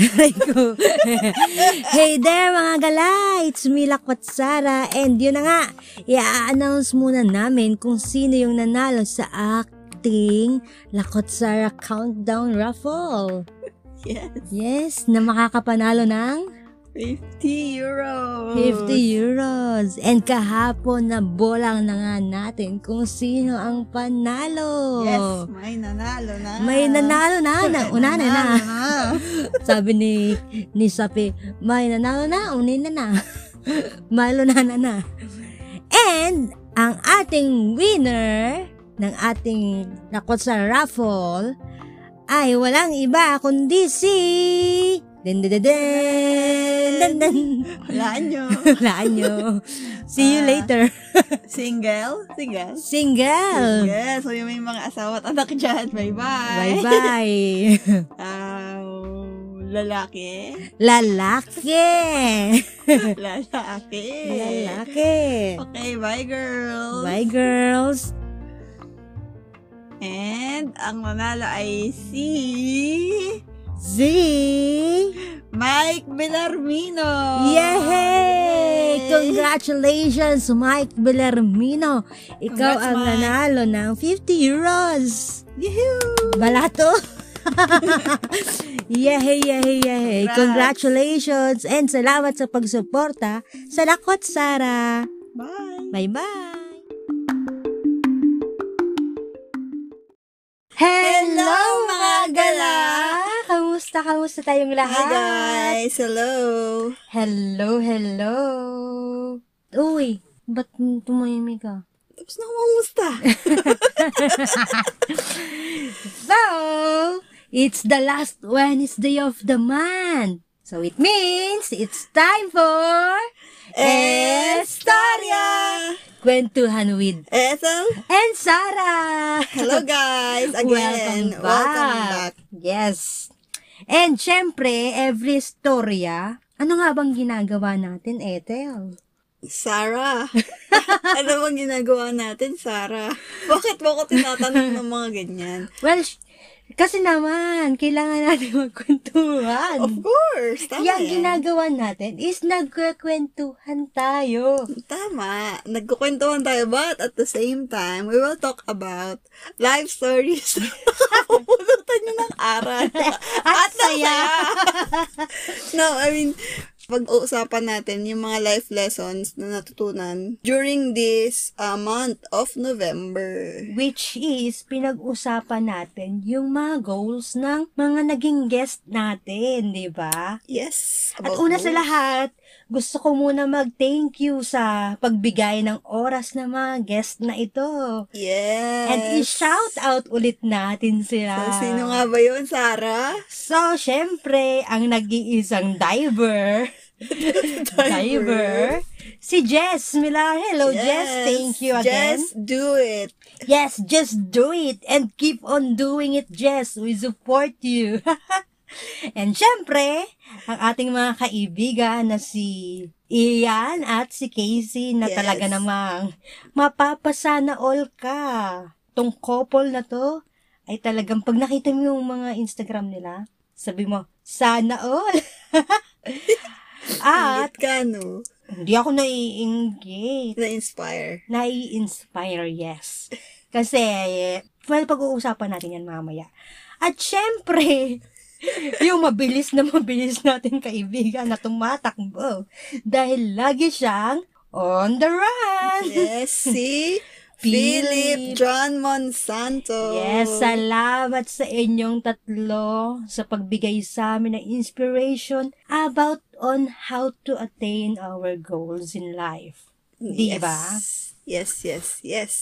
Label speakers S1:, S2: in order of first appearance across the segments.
S1: Aray ko. hey there mga gala, it's me Lakwat Sara and yun na nga, i-announce muna namin kung sino yung nanalo sa acting Lakwat Sara Countdown Raffle.
S2: Yes.
S1: Yes, na makakapanalo ng
S2: 50 euros.
S1: 50 euros. And kahapon na bolang na nga natin kung sino ang panalo.
S2: Yes, may nanalo na.
S1: May nanalo na, na unanan na.
S2: Nanalo na.
S1: Sabi ni ni Sapi, may nanalo na, unin na na. Malo na na na. And ang ating winner ng ating nakot sa raffle ay walang iba kundi si den den den den den
S2: Walaan nyo.
S1: Walaan nyo. See you
S2: Ah.
S1: later.
S2: Single? Single?
S1: Single.
S2: Yes, so yung may mga asawa at anak dyan. Bye-bye.
S1: Bye-bye.
S2: Ah, lalaki.
S1: Lalaki.
S2: Lalaki.
S1: Lalaki.
S2: Okay, bye girls.
S1: Bye, girls.
S2: And ang manalo ay si
S1: Z.
S2: Mike Bellarmino.
S1: Yay! Congratulations, Mike Bellarmino. Ikaw
S2: Congrats,
S1: ang
S2: Mike.
S1: nanalo ng 50 euros.
S2: Yahoo!
S1: Balato. yay, yay, yay.
S2: Congrats.
S1: Congratulations and salamat sa pagsuporta sa Lakot Sara.
S2: Bye!
S1: Bye-bye.
S2: Hello, mga gala!
S1: Kamusta, kamusta tayong lahat?
S2: Hi guys! Hello!
S1: Hello, hello. Uy, ba't tumahimik ka?
S2: Tapos na kumusta?
S1: So, it's the last Wednesday of the month. So it means it's time for
S2: Estaria!
S1: Kwentuhan with
S2: Ethel!
S1: and Sarah.
S2: Hello guys! Again!
S1: Welcome back.
S2: Welcome back!
S1: Yes. And syempre, every storya, ano nga bang ginagawa natin, Ethel?
S2: Sarah! ano bang ginagawa natin, Sarah? Bakit mo ko tinatanong ng mga ganyan?
S1: Well, sh- kasi naman, kailangan natin
S2: Of
S1: magkwentuhan.
S2: course! Tama
S1: Yung
S2: yan.
S1: ginagawa natin is nagkwekwentuhan tayo.
S2: Tama. Nagkukwentuhan tayo but at the same time, we will talk about life stories. Pupulutan nyo ng aral.
S1: At
S2: ng
S1: saya.
S2: no, I mean, pag-uusapan natin yung mga life lessons na natutunan during this uh, month of November.
S1: Which is, pinag-usapan natin yung mga goals ng mga naging guest natin, di ba?
S2: Yes.
S1: At
S2: about
S1: una sa
S2: those.
S1: lahat, gusto ko muna mag-thank you sa pagbigay ng oras ng mga guest na ito.
S2: Yes.
S1: And i-shout out ulit natin sila.
S2: So, sino nga ba yun, Sarah?
S1: So, syempre, ang nag-iisang diver, diver, si Jess Millar. Hello, Jess. Thank you again.
S2: Just do it.
S1: Yes, just do it and keep on doing it, Jess. We support you. and syempre, ang ating mga kaibigan na si Ian at si Casey na
S2: Yes.
S1: talaga namang mapapasa na all ka. Tong couple na to ay talagang pag nakita mo yung mga Instagram nila, sabi mo, sana all. at
S2: At ka, no?
S1: hindi ako nai-engage
S2: Na-inspire.
S1: nai-inspire, yes. Kasi, well, pag-uusapan natin yan mamaya. At syempre, yung mabilis na mabilis natin kaibigan na tumatakbo dahil lagi siyang on the run.
S2: Yes, si
S1: Philip.
S2: Philip John Monsanto.
S1: Yes, salamat sa inyong tatlo sa pagbigay sa amin ng inspiration about on how to attain our goals in life. Di
S2: Yes.
S1: ba?
S2: Yes, yes, yes.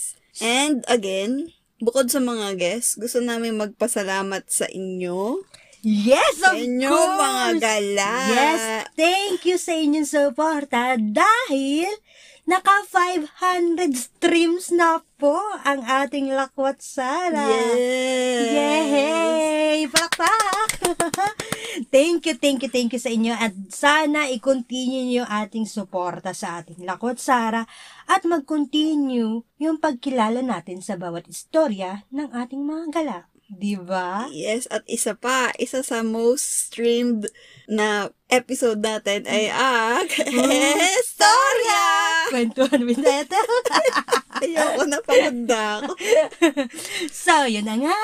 S2: And again, bukod sa mga guests, gusto namin magpasalamat sa inyo.
S1: Yes,
S2: Sa
S1: of
S2: inyo,
S1: course!
S2: mga gala.
S1: Yes, thank you sa inyong suporta dahil Naka 500 streams na po ang ating lakwat sala.
S2: Yes!
S1: Yay! Palakpak! thank you, thank you, thank you sa inyo at sana i-continue niyo ating suporta sa ating Lakwat Sara at mag-continue yung pagkilala natin sa bawat istorya ng ating mga gala. Di ba?
S2: Yes, at isa pa, isa sa most streamed na episode natin ay
S1: Mm.
S2: ang Historia!
S1: Kwentuhan with Ethel.
S2: Ayoko na paganda ako.
S1: So, yun na nga.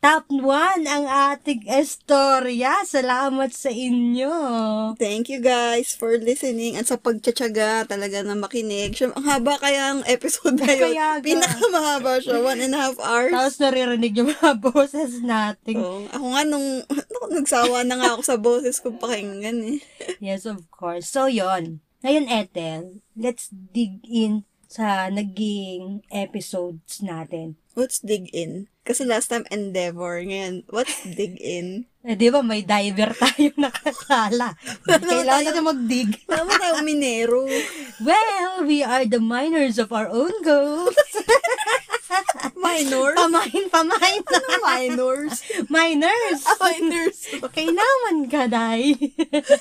S1: Top 1 ang ating istorya. Salamat sa inyo.
S2: Thank you guys for listening at sa pagtsatsaga talaga na makinig. Siya, ang haba kaya ang episode na
S1: Kaya
S2: yun.
S1: nga.
S2: Pinakamahaba siya. One and a half hours.
S1: Tapos naririnig yung mga boses natin.
S2: Oo. ako nga nung, naku, nagsawa na nga ako sa boses ko pakinggan eh.
S1: Yes, of course. So, yon. Ngayon, Ethel, let's dig in sa naging episodes natin.
S2: What's dig in? Kasi last time endeavor, ngayon, what's dig in?
S1: Eh, di ba, may diver tayong nakakala. Kailangan natin mag-dig.
S2: Tama tayo, minero.
S1: Well, we are the miners of our own goals.
S2: Minor?
S1: Pamain, pamain.
S2: Ano, minors. Ah,
S1: Miners.
S2: minors.
S1: Kailangan ka, Day.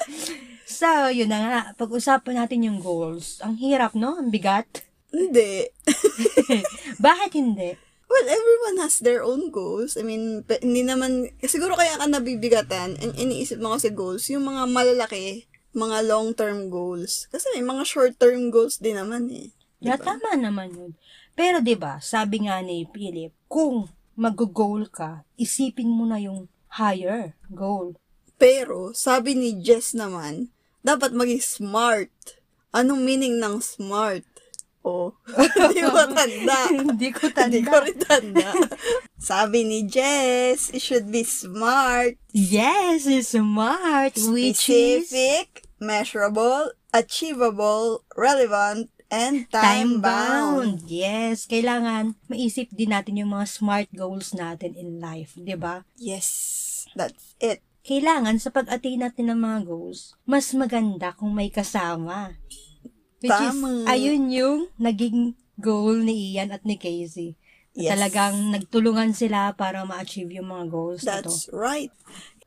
S1: so, yun na nga. Pag-usapan natin yung goals. Ang hirap, no? Ang bigat.
S2: Hindi.
S1: Bakit hindi?
S2: Well, everyone has their own goals. I mean, pe- hindi naman, siguro kaya ka nabibigatan, and iniisip mo kasi goals, yung mga malalaki, mga long-term goals. Kasi may mga short-term goals din naman eh.
S1: Yeah,
S2: Diba?
S1: tama naman yun. Pero 'di ba, sabi nga ni Philip, kung mag-goal ka, isipin mo na yung higher goal.
S2: Pero, sabi ni Jess naman, dapat maging smart. Anong meaning ng smart? Oh, hindi ko tanda.
S1: Hindi ko
S2: Hindi
S1: tanda.
S2: ko rin tanda. sabi ni Jess, it should be smart.
S1: Yes, it's smart, which is
S2: specific, measurable, achievable, relevant, and time-bound.
S1: time-bound. Yes, kailangan maisip din natin yung mga smart goals natin in life, 'di ba?
S2: Yes, that's it.
S1: Kailangan sa pag-attain natin ng mga goals, mas maganda kung may kasama. Which is,
S2: Tama.
S1: ayun yung naging goal ni Ian at ni Casey.
S2: Yes.
S1: Talagang nagtulungan sila para ma-achieve yung mga goals na to.
S2: That's right.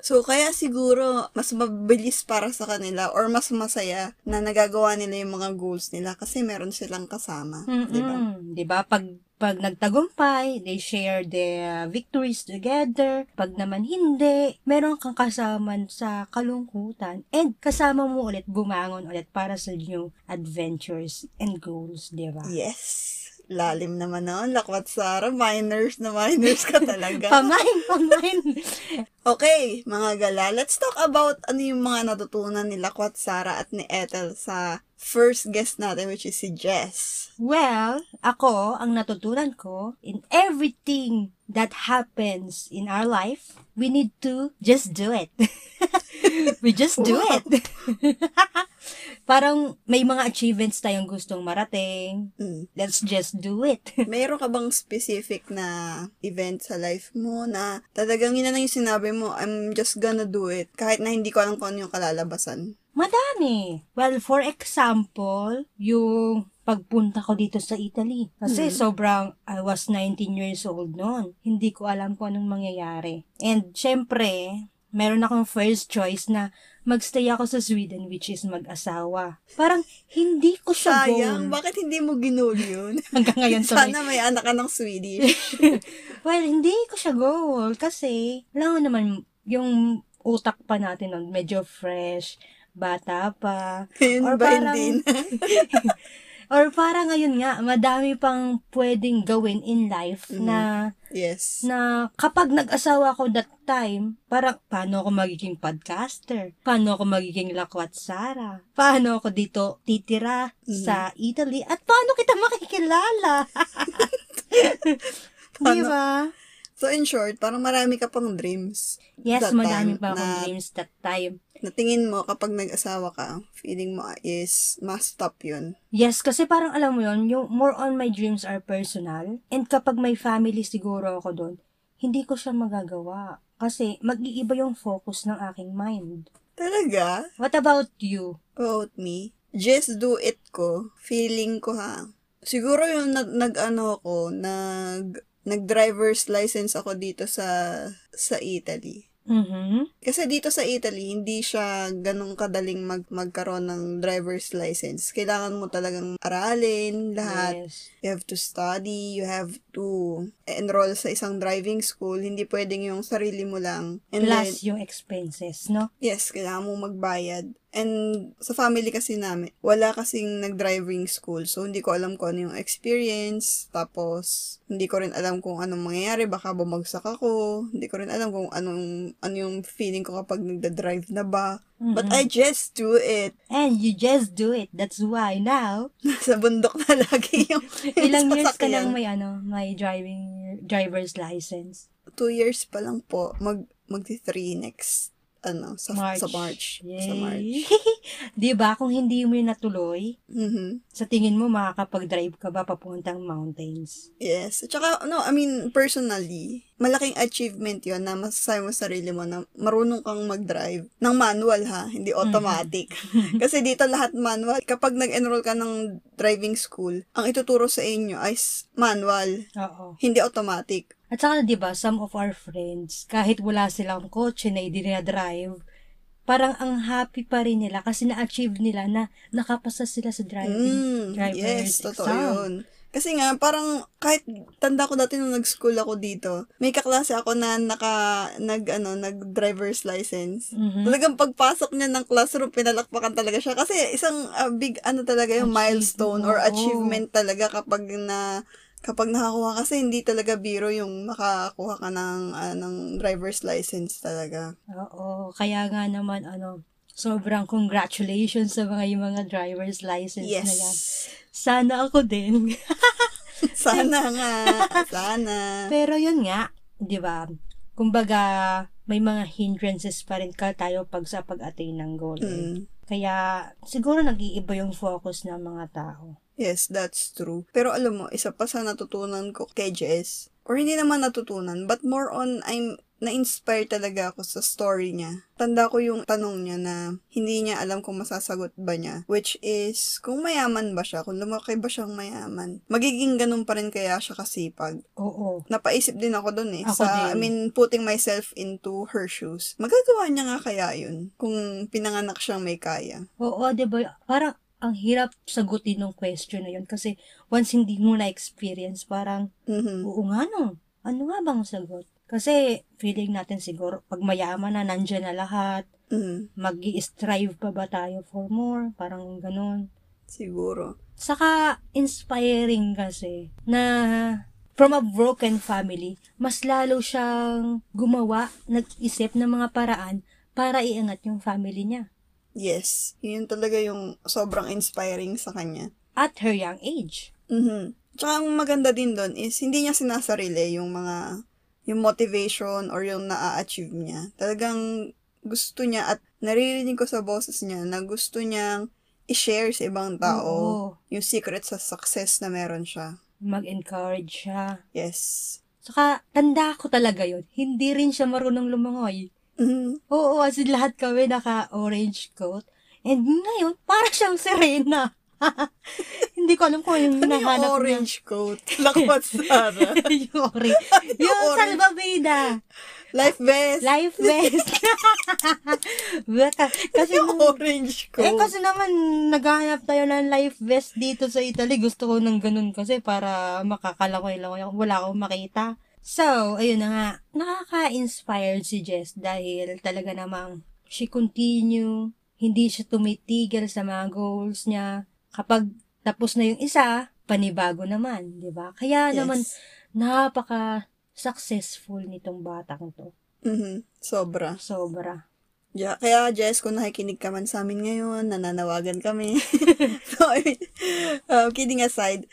S2: So, kaya siguro, mas mabilis para sa kanila or mas masaya na nagagawa nila yung mga goals nila kasi meron silang kasama.
S1: Mm-mm.
S2: di ba?
S1: Diba? Pag, pag nagtagumpay, they share their victories together. Pag naman hindi, meron kang kasama sa kalungkutan. And kasama mo ulit, bumangon ulit para sa new adventures and goals, diba?
S2: Yes. Lalim naman noon. Lakwat Sara, minors na minors ka talaga.
S1: Pamain, pamain.
S2: Okay, mga gala, let's talk about ano yung mga natutunan ni Lakwat Sara at ni Ethel sa first guest natin, which is si Jess.
S1: well, ako, ang natutunan ko, in everything that happens in our life, we need to just do it. we just do
S2: Wow.
S1: it. Parang may mga achievements tayong gustong marating.
S2: Mm.
S1: Let's just do it.
S2: Meron ka bang specific na event sa life mo na talagang yun na lang yung sinabi mo, I'm just gonna do it, kahit na hindi ko alam kung ano yung kalalabasan?
S1: Madami. Well, for example, yung pagpunta ko dito sa Italy. Kasi
S2: Mm.
S1: sobrang, I was 19 years old noon. Hindi ko alam kung anong mangyayari. And syempre, meron akong first choice na magstay ako sa Sweden, which is mag-asawa. Parang hindi ko siya
S2: Sayang,
S1: goal.
S2: bakit hindi mo ginol yun?
S1: Hanggang ngayon tuloy.
S2: Sana may anak ka ng Swedish.
S1: Well, hindi ko siya goal kasi, alam mo naman, yung utak pa natin nun, medyo fresh, bata pa.
S2: Ngayon
S1: Or
S2: ba
S1: parang-
S2: hindi na?
S1: Or para ngayon nga, madami pang pwedeng gawin in life
S2: Mm.
S1: na
S2: Yes.
S1: na kapag nag-asawa ko that time, parang paano ako magiging podcaster? Paano ako magiging lakwat Sara? Paano ako dito titira
S2: Mm.
S1: sa Italy? At paano kita makikilala? Di
S2: Paano-
S1: ba?
S2: So in short, parang marami ka pang dreams.
S1: Yes,
S2: That
S1: madami
S2: time
S1: pa akong
S2: na-
S1: dreams that time.
S2: Natingin mo kapag nag-asawa ka, feeling mo ah, is must stop yun.
S1: Yes, kasi parang alam mo yon yung more on my dreams are personal. And kapag may family siguro ako doon, hindi ko siya magagawa. Kasi mag-iiba yung focus ng aking mind.
S2: Talaga?
S1: What about you?
S2: About me? just do it ko, feeling ko ha, siguro yung nag, nag-ano ko, nag, nag-driver's license ako dito sa, sa Italy.
S1: Mhm.
S2: Kasi dito sa Italy, hindi siya ganun kadaling mag, magkaroon ng driver's license. Kailangan mo talagang aralin lahat.
S1: Yes.
S2: You have to study, you have to enroll sa isang driving school. Hindi pwedeng yung sarili mo lang. And then,
S1: Plus yung expenses, no?
S2: Yes, kailangan mo magbayad. And sa family kasi namin, wala kasing nag-driving school. So, hindi ko alam kung ano yung experience. Tapos, hindi ko rin alam kung anong mangyayari. Baka bumagsak ako. Hindi ko rin alam kung anong, ano yung feeling ko kapag nagda-drive na ba.
S1: Mhm.
S2: But I just do it.
S1: And you just do it. That's why now,
S2: Nasa bundok na lagi yung
S1: ilang
S2: yung
S1: years ka
S2: sasakyan.
S1: nang may ano, may driving driver's license.
S2: Two years pa lang po. Mag, magti-three next ano, sa March. Sa March. Sa
S1: Yay.
S2: March.
S1: 'Di ba kung hindi mo yun natuloy,
S2: Mhm.
S1: sa tingin mo makakapag-drive ka ba papuntang mountains?
S2: Yes. At saka, no, I mean, personally, malaking achievement yon na masasabi mo sa sarili mo na marunong kang mag-drive. Ng manual, ha? Hindi automatic. Kasi dito lahat manual. Kapag nag-enroll ka ng driving school, ang ituturo sa inyo ay s- manual,
S1: Oo.
S2: hindi automatic.
S1: At saka 'di ba, some of our friends kahit wala silang kotse na hindi nila drive, parang ang happy pa rin nila kasi na-achieve nila na nakapasa sila sa driving.
S2: Mm,
S1: Driver's
S2: yes, totoo
S1: exam.
S2: yun. Kasi nga, parang kahit tanda ko dati nung nag-school ako dito, may kaklase ako na naka, nag, ano, nag-driver's license.
S1: Mhm.
S2: Talagang pagpasok niya ng classroom, pinalakpakan talaga siya. Kasi isang ah, big ano talaga yung
S1: Achievement,
S2: milestone or
S1: oo.
S2: achievement talaga kapag na kapag nakakuha kasi hindi talaga biro yung makakuha ka ng, ah, ng driver's license talaga.
S1: Oo, kaya nga naman ano, sobrang congratulations sa mga yung mga driver's license na yan.
S2: Yes.
S1: Sana ako din.
S2: Sana nga. Sana.
S1: Pero yun nga, 'di ba? Kumbaga may mga hindrances pa rin ka tayo pag sa pag-attain ng goal. eh.
S2: Mm.
S1: Kaya siguro nag-iiba yung focus ng mga tao.
S2: Yes, that's true. Pero alam mo, isa pa sa natutunan ko kay Jess, or hindi naman natutunan, but more on, I'm na-inspire talaga ako sa story niya. Tanda ko yung tanong niya na hindi niya alam kung masasagot ba niya. Which is, kung mayaman ba siya, kung lumaki ba siyang mayaman, magiging ganun pa rin kaya siya kasipag.
S1: Oo.
S2: Napaisip din ako dun eh.
S1: Ako
S2: sa,
S1: din.
S2: I mean, putting myself into her shoes. Magagawa niya nga kaya yun kung pinanganak siyang may kaya.
S1: Oo, 'di ba? Parang ang hirap sagutin ng question na yun kasi once hindi mo na-experience, parang
S2: Mhm.
S1: Oo nga no. Ano nga bang sagot? Kasi feeling natin siguro pag mayaman na nandyan na lahat,
S2: Mhm.
S1: mag strive pa ba tayo for more? Parang ganun.
S2: Siguro.
S1: Saka inspiring kasi na from a broken family, mas lalo siyang gumawa, nag-isip ng mga paraan para iangat yung family niya
S2: Yes. Yun talaga yung sobrang inspiring sa kanya.
S1: at her young age.
S2: Mhm. Tsaka ang maganda din doon is hindi niya sinasarili yung mga yung motivation or yung naa-achieve niya. Talagang gusto niya at naririnig ko sa boses niya na gusto niyang i-share sa ibang tao
S1: Oo.
S2: yung secret sa success na meron siya.
S1: Mag-encourage siya.
S2: Yes.
S1: Saka tanda ko talaga yon Hindi rin siya marunong lumangoy.
S2: Mhm.
S1: Oo, as in lahat kami naka-orange coat. And ngayon, para siyang Serena. Hindi ko alam kung yung
S2: Ano yung
S1: hinahanap niya.
S2: orange coat? Lakpat Sara.
S1: yung orange. yung
S2: orange.
S1: salvavida.
S2: Life vest.
S1: Life vest. Baka, kasi,
S2: yung orange coat.
S1: eh, kasi naman, naghahanap tayo ng life vest dito sa Italy. Gusto ko ng ganun kasi para makakalakoy-lakoy ako. Wala akong makita. So, ayun na nga. Nakaka-inspired si Jess dahil talaga namang she continue. Hindi siya tumitigil sa mga goals niya. Kapag tapos na yung isa, panibago naman, di ba? Kaya naman,
S2: Yes.
S1: napaka-successful nitong batang to.
S2: Mhm. Sobra.
S1: Sobra.
S2: Ja, kaya Jess, kung nakikinig ka man sa amin ngayon, nananawagan kami. so, I mean, uh, kidding aside,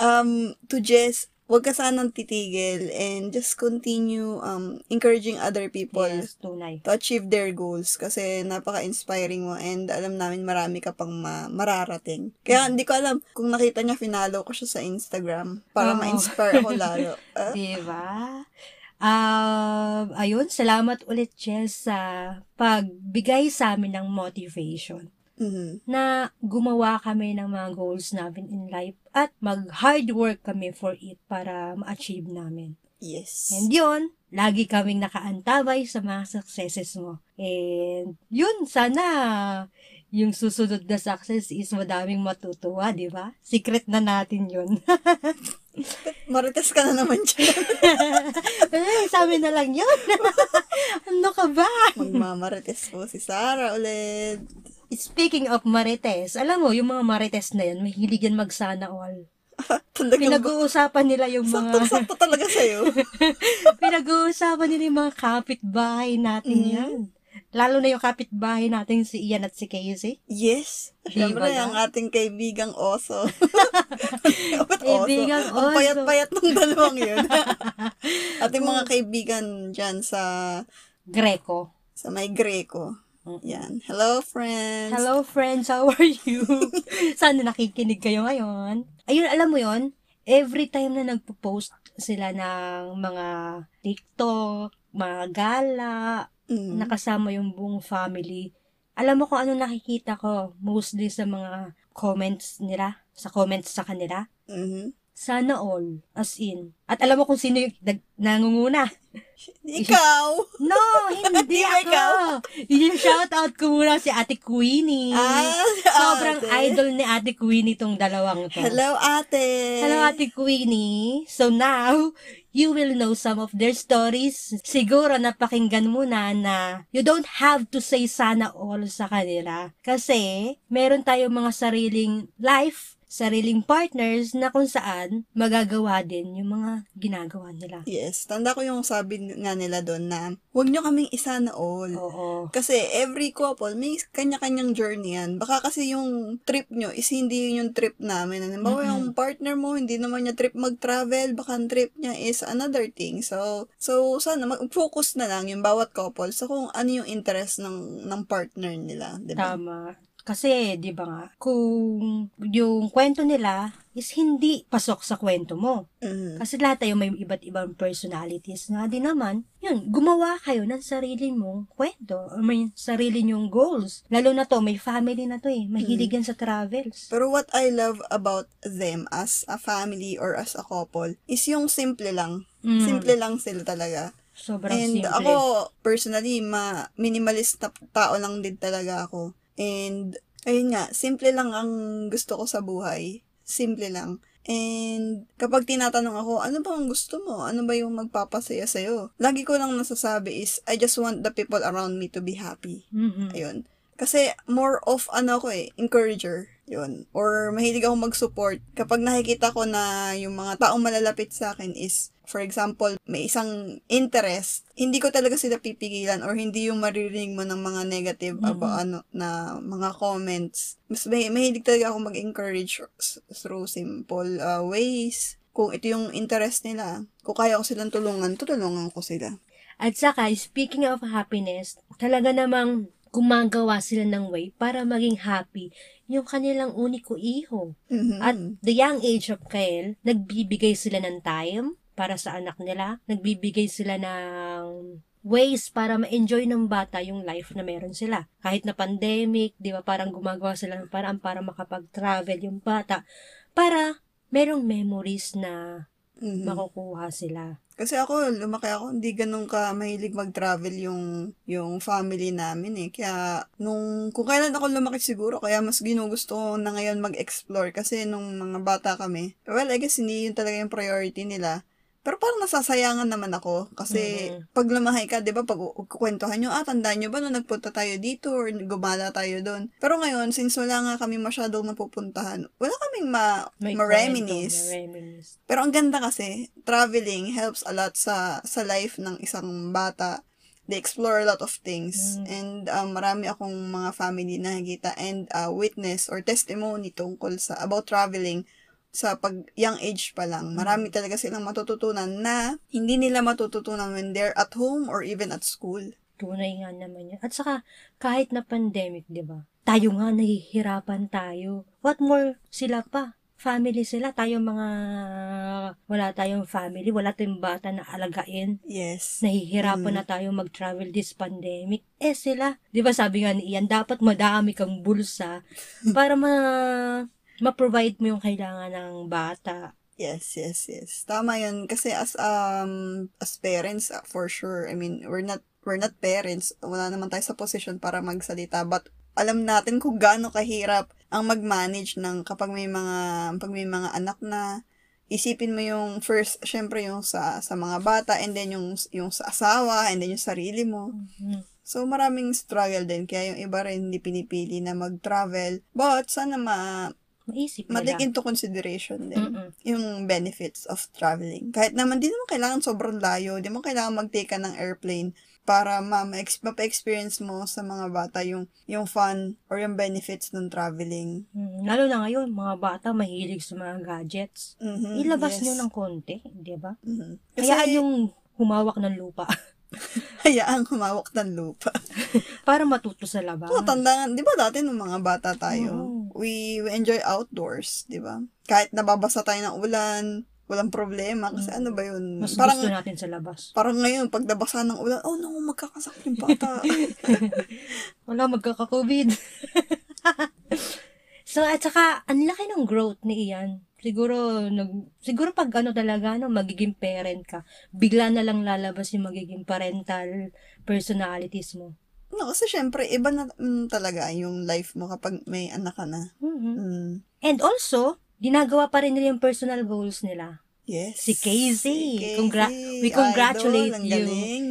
S2: um, to Jess, huwag ka sanang titigil and just continue um, encouraging other people
S1: Yes, tunay.
S2: to achieve their goals kasi napaka-inspiring mo and alam namin marami ka pang ma- mararating.
S1: Mm.
S2: Kaya hindi ko alam kung nakita niya, finalo ko siya sa Instagram para
S1: Oo.
S2: ma-inspire ako lalo. Ah,
S1: Diba? Um, ayun, salamat ulit, Jess, sa pagbigay sa amin ng motivation.
S2: Mhm.
S1: na gumawa kami ng mga goals namin in life at mag-hard work kami for it para ma-achieve namin.
S2: Yes.
S1: And yun, lagi kaming nakaantabay sa mga successes mo. And yun, sana yung susunod na success is madaming matutuwa, di ba? Secret na natin yun.
S2: Marites ka na naman dyan.
S1: eh, sa amin na lang yun. ano ka ba?
S2: Magmamarites po si Sarah ulit.
S1: Speaking of marites, alam mo, yung mga marites na yan, mahilig yan magsana all.
S2: Talagang
S1: Pinag-uusapan nila yung mga...
S2: sakto-sakto talaga sa'yo.
S1: Pinag-uusapan nila yung mga kapitbahay natin
S2: Mm.
S1: yan. Lalo na yung kapitbahay natin si Ian at si Casey.
S2: Yes.
S1: Di ba
S2: Siyempre,
S1: na?
S2: ang ating kaibigang oso. Dapat
S1: Kaibigang
S2: oso. Ang
S1: oso.
S2: payat-payat ng dalawang yun. ating mga kaibigan dyan sa
S1: Greco.
S2: sa may Greco.
S1: Mm.
S2: Yan. Hello, friends.
S1: Hello friends, how are you? Sana nakikinig kayo ngayon. Ayun, alam mo yon every time na nagpo-post sila ng mga TikTok, mga gala,
S2: Mm.
S1: nakasama yung buong family. Alam mo kung ano nakikita ko mostly sa mga comments nila, sa comments sa kanila?
S2: Mhm.
S1: Sana all. As in. At alam mo kung sino yung nag- nangunguna.
S2: Ikaw!
S1: No, hindi
S2: Hindi ba
S1: ako.
S2: ikaw?
S1: Yung shoutout ko muna si Ate Queenie.
S2: Ah,
S1: Sobrang
S2: ate.
S1: idol ni Ate Queenie tong dalawang to.
S2: Hello, ate. Eh.
S1: Hello, Ate Queenie. So now, you will know some of their stories. Siguro napakinggan mo na na you don't have to say sana all sa kanila. Kasi meron tayong mga sariling life, sariling partners na kung saan magagawa din yung mga ginagawa nila.
S2: Yes, tanda ko yung sabi nga nila doon na huwag nyo kaming isa na all.
S1: Oo.
S2: Kasi every couple, may kanya-kanyang journey yan. Baka kasi yung trip nyo is hindi yun yung trip namin. Halimbawa,
S1: Mm-mm.
S2: yung partner mo, hindi naman niya trip mag-travel. Baka ang trip niya is another thing. So, so sana mag-focus na lang yung bawat couple sa kung ano yung interest ng, ng partner nila. di ba?
S1: Tama. Kasi, di ba nga, kung yung kwento nila is hindi pasok sa kwento mo.
S2: Mhm.
S1: Kasi lahat tayo may iba't ibang personalities na din naman. Yun, gumawa kayo ng sarili mong kwento. I mean, sarili nyong goals. Lalo na to, may family na to eh.
S2: Mm.
S1: Mahilig yan sa travels.
S2: Pero what I love about them as a family or as a couple is yung simple lang.
S1: Mm,
S2: Simple lang sila talaga.
S1: Sobrang
S2: And
S1: simple. eh.
S2: ako, personally, ma minimalist na tao lang din talaga ako. And, ayun nga, simple lang ang gusto ko sa buhay. Simple lang. And kapag tinatanong ako, ano ba ang gusto mo? Ano ba yung magpapasaya sa'yo? Lagi ko lang nasasabi is, I just want the people around me to be happy.
S1: Mhm.
S2: Ayun. Kasi more of ano ko eh, encourager. Yun. Or mahilig ako mag-support. Kapag nakikita ko na yung mga taong malalapit sa akin is, for example, may isang interest, hindi ko talaga sila pipigilan or hindi yung maririnig mo ng mga negative
S1: Mhm.
S2: aba ano na mga comments. Mas may, mahilig talaga ako mag-encourage s- through simple uh, ways. Kung ito yung interest nila, kung kaya ko silang tulungan, tutulungan ko sila.
S1: At saka, speaking of happiness, talaga namang gumagawa sila ng way para maging happy yung kanilang uniko iho.
S2: Mhm.
S1: At the young age of Kael, nagbibigay sila ng time para sa anak nila. Nagbibigay sila ng ways para ma-enjoy ng bata yung life na meron sila. Kahit na pandemic, di ba, parang gumagawa sila ng paraan para makapag-travel yung bata. Para merong memories na
S2: Mhm.
S1: makukuha sila.
S2: Kasi ako, lumaki ako, hindi ganun ka mahilig mag-travel yung, yung family namin eh. Kaya, nung, kung kailan ako lumaki siguro, kaya mas ginugusto ko na ngayon mag-explore. Kasi nung mga bata kami, well, I guess hindi yun talaga yung priority nila. Pero parang nasasayangan naman ako. Kasi,
S1: Mhm.
S2: pag lumahay ka, di ba, pag u- kukwentuhan nyo, ah, tandaan nyo ba nung nagpunta tayo dito or gumala tayo doon. Pero ngayon, since wala nga kami masyadong napupuntahan, wala kaming ma,
S1: May
S2: ma-reminis.
S1: kwento, ma-reminis.
S2: Pero ang ganda kasi, traveling helps a lot sa sa life ng isang bata. They explore a lot of things.
S1: Mm.
S2: And um, marami akong mga family na nakikita and uh, witness or testimony tungkol sa about traveling sa pag young age pa lang. Marami talaga silang matututunan na hindi nila matututunan when they're at home or even at school.
S1: Tunay nga naman yun. At saka, kahit na pandemic, di ba? Tayo nga, nahihirapan tayo. What more sila pa? family sila, tayo mga wala tayong family, wala tayong bata na alagain.
S2: Yes.
S1: Nahihirapan
S2: Mm.
S1: na tayo mag-travel this pandemic. Eh sila, 'di ba sabi nga ni Ian, dapat madami kang bulsa para ma ma-provide mo yung kailangan ng bata.
S2: Yes, yes, yes. Tama yun. Kasi as, um, as parents, uh, for sure, I mean, we're not, we're not parents. Wala naman tayo sa position para magsalita. But alam natin kung gaano kahirap ang mag-manage ng kapag may mga, pag may mga anak na, isipin mo yung first, syempre yung sa, sa mga bata, and then yung, yung sa asawa, and then yung sarili mo.
S1: Mm-hmm.
S2: So, maraming struggle din. Kaya yung iba rin hindi pinipili na mag-travel. But, sana ma,
S1: Maisip
S2: ma-take
S1: nila.
S2: into consideration din
S1: Mm-mm.
S2: yung benefits of traveling. Kahit naman, di naman kailangan sobrang layo, di mo kailangan mag-take ka ng airplane para ma- ma-ex- mapa-experience mo sa mga bata yung, yung fun or yung benefits ng traveling.
S1: Mm, Lalo na ngayon, mga bata mahilig sa mga gadgets.
S2: Mhm,
S1: Ilabas
S2: yes.
S1: nyo ng konti, 'di ba?
S2: Mhm. Kasi
S1: Hayaan yung humawak ng lupa
S2: hayaan kumawak ng lupa.
S1: para matuto sa labas.
S2: Oo, tandaan. Di ba dati nung mga bata tayo,
S1: Ah. Oo.
S2: we, we enjoy outdoors, di ba? Kahit nababasa tayo ng ulan, walang problema. Kasi ano ba
S1: Mm.
S2: yun?
S1: Mas
S2: parang,
S1: gusto natin sa labas.
S2: parang ngayon, pag nabasa ng ulan, oh no, magkakasakit yung bata.
S1: Wala, magkaka-COVID. so, at saka, ang laki ng growth ni Ian. Siguro, nag, siguro pag ano talaga, no, magiging parent ka, bigla na lang lalabas yung magiging parental personalities mo.
S2: No, kasi syempre, iba na mm, talaga yung life mo kapag may anak ka na.
S1: Mhm.
S2: Mm.
S1: And also, ginagawa pa rin nila yung personal goals nila.
S2: Yes.
S1: Si Casey.
S2: Si
S1: Congra-
S2: Casey,
S1: we congratulate
S2: idol, ang
S1: you.
S2: Galing.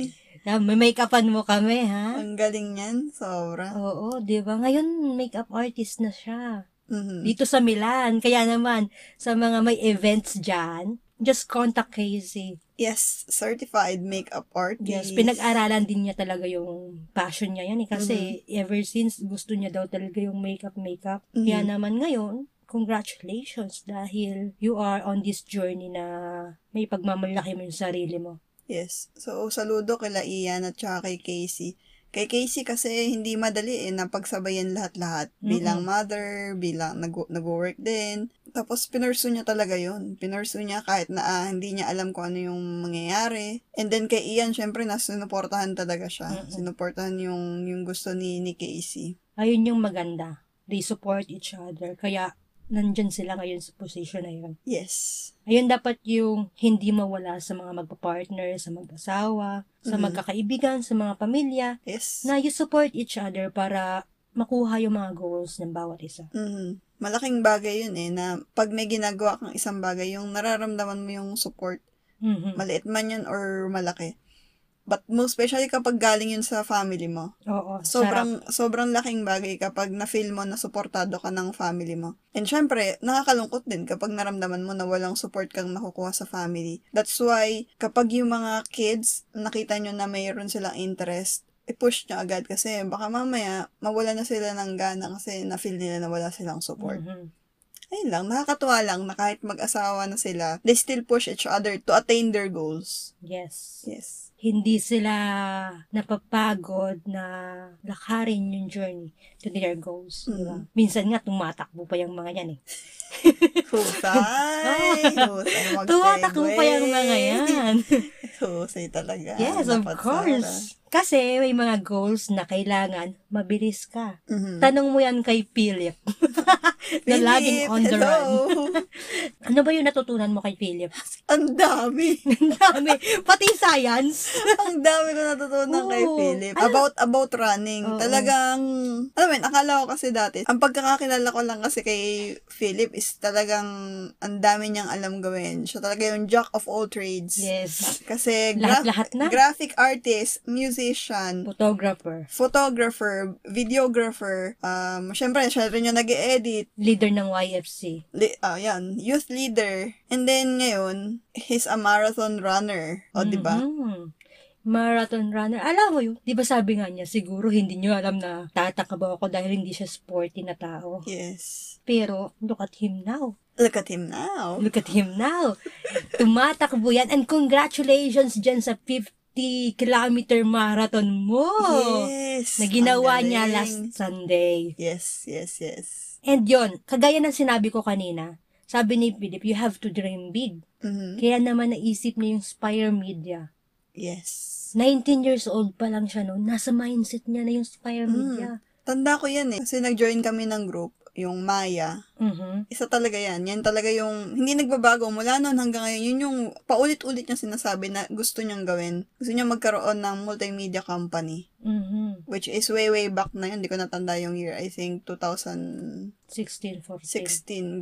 S1: Na, may make-upan mo kami, ha?
S2: Ang galing niyan. Sobra.
S1: Oo, di ba? Ngayon, make-up artist na siya.
S2: Mhm.
S1: dito sa Milan. Kaya naman, sa mga may events dyan, just contact Casey.
S2: Yes, certified makeup artist.
S1: Yes, pinag-aralan din niya talaga yung passion niya yan eh. Kasi ever since, gusto niya daw talaga yung makeup-makeup. Kaya
S2: Mhm.
S1: naman ngayon, congratulations dahil you are on this journey na may pagmamalaki mo yung sarili mo.
S2: Yes. So, saludo kila Ian at saka kay Casey. Kay Casey kasi hindi madali eh, napagsabayan lahat-lahat. Bilang mother, bilang nag- nag-work din. Tapos, pinursu niya talaga yon Pinursu niya kahit na ah, hindi niya alam kung ano yung mangyayari. And then, kay Ian, syempre, nasinuportahan talaga siya.
S1: Mm-mm.
S2: Sinuportahan yung, yung gusto ni, ni Casey.
S1: Ayun yung maganda. They support each other. Kaya, nandyan sila ngayon sa position na yun.
S2: Yes.
S1: Ayun dapat yung hindi mawala sa mga magpa-partner, sa mag-asawa, sa
S2: Mhm.
S1: magkakaibigan, sa mga pamilya,
S2: Yes.
S1: na you support each other para makuha yung mga goals ng bawat isa.
S2: Mhm. Malaking bagay yun eh, na pag may ginagawa kang isang bagay, yung nararamdaman mo yung support
S1: Mhm.
S2: Maliit man yun or malaki. But most especially kapag galing yun sa family mo.
S1: Oo, sarap.
S2: Sobrang sobrang laking bagay kapag na-feel mo na suportado ka ng family mo. And syempre, nakakalungkot din kapag naramdaman mo na walang support kang nakukuha sa family. That's why kapag yung mga kids nakita nyo na mayroon silang interest, i-push nyo agad kasi baka mamaya mawala na sila ng gana kasi na-feel nila na wala silang support
S1: Mhm.
S2: ayun lang, nakakatuwa lang na kahit mag-asawa na sila, they still push each other to attain their goals.
S1: Yes.
S2: Yes.
S1: Hindi sila napapagod na lakarin yung journey to their goals. di ba?
S2: Mm-hmm.
S1: Minsan nga, tumatakbo pa yung mga yan eh.
S2: Husay! Husay mag-segue.
S1: Tumatakbo pa yung mga yan.
S2: Husay talaga.
S1: yes, of
S2: Dapat sana.
S1: course. Kasi may mga goals na kailangan mabilis ka.
S2: Mhm.
S1: Mm. Tanong mo yan kay Philip. na
S2: Philip,
S1: laging on the
S2: hello.
S1: run. Ano ba yung natutunan mo kay Philip?
S2: Ang dami.
S1: Ang dami. Pati science.
S2: Ang dami ko natutunan kay
S1: Oo.
S2: Philip.
S1: Alam-
S2: About about running.
S1: Oo.
S2: Talagang, alam mo yun, akala ko kasi dati, ang pagkakakilala ko lang kasi kay Philip is talagang ang dami niyang alam gawin. Siya talaga yung jack of all trades.
S1: Yes.
S2: Kasi graf-
S1: Lahat-lahat na.
S2: graphic artist, musician,
S1: Photographer.
S2: photographer, videographer, um, syempre, siya rin yung nag edit
S1: Leader ng YFC.
S2: li- ah, yan, youth leader. And then, ngayon, he's a marathon runner. O, Oh, di ba?
S1: Mhm. Marathon runner. Alam mo yun, di ba sabi nga niya, siguro hindi niyo alam na tatakbo ako dahil hindi siya sporty na tao.
S2: Yes.
S1: Pero, look at him now.
S2: Look at him now.
S1: Look at him now. Tumatakbo yan. And congratulations dyan sa 50-kilometer marathon mo.
S2: yes.
S1: na ginawa
S2: Ang
S1: niya
S2: galing.
S1: last Sunday.
S2: Yes, yes, yes.
S1: And yon, kagaya ng sinabi ko kanina, Sabi ni Philip, you have to dream big.
S2: Mhm.
S1: Kaya naman naisip niya yung Spire Media.
S2: Yes.
S1: 19 years old pa lang siya noon. Nasa mindset niya na yung Spire
S2: Mm.
S1: Media.
S2: Tanda ko yan eh. Kasi nag-join kami ng group, yung Maya.
S1: Mhm.
S2: Isa talaga yan. Yan talaga yung hindi nagbabago mula noon hanggang ngayon. Yun yung paulit-ulit niya sinasabi na gusto niyang gawin. Gusto niya magkaroon ng multimedia company.
S1: Mhm.
S2: Which is way, way back na yun. Hindi ko natanda yung year. I think 2000
S1: 16, 14.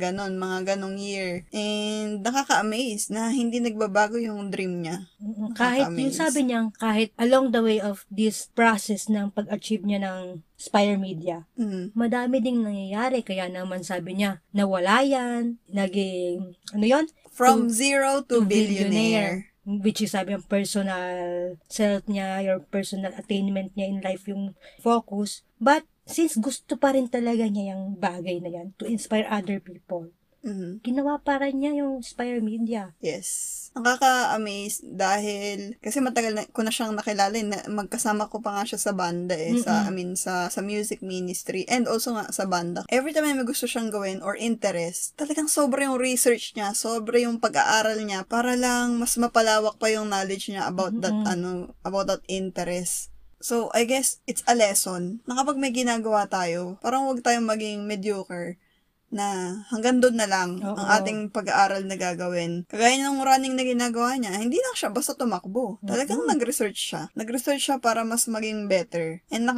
S2: 16, ganon, mga ganong year. And nakaka-amaze na hindi nagbabago yung dream niya.
S1: Mm, Kahit yung
S2: Nakaka-amaze.
S1: sabi niya, kahit along the way of this process ng pag-achieve niya ng Spire Media,
S2: Mm.
S1: madami ding nangyayari. Kaya naman sabi niya, nawala yan, naging, ano yon
S2: From zero to,
S1: to
S2: billionaire.
S1: Which is sabi ang personal self niya, your personal attainment niya in life yung focus. But since gusto pa rin talaga niya yung bagay na yan to inspire other people,
S2: Mhm.
S1: ginawa pa rin niya yung Inspire Media.
S2: Yes. Nakaka-amaze dahil kasi matagal na, ko na siyang nakilala. eh, Na, magkasama ko pa nga siya sa banda eh. Sa, I mean, sa, sa music ministry and also nga sa banda. Every time na may gusto siyang gawin or interest, talagang sobra yung research niya, sobra yung pag-aaral niya para lang mas mapalawak pa yung knowledge niya about that,
S1: Mm-mm.
S2: ano, about that interest. So, I guess it's a lesson na kapag may ginagawa tayo, parang huwag tayong maging mediocre na hanggang doon na lang
S1: Oo.
S2: ang ating pag-aaral na gagawin. Kagaya ng running na ginagawa niya, hindi lang siya basta
S1: Mm-hmm.
S2: tumakbo. Talagang nag-research siya. Nag-research siya para mas maging better. And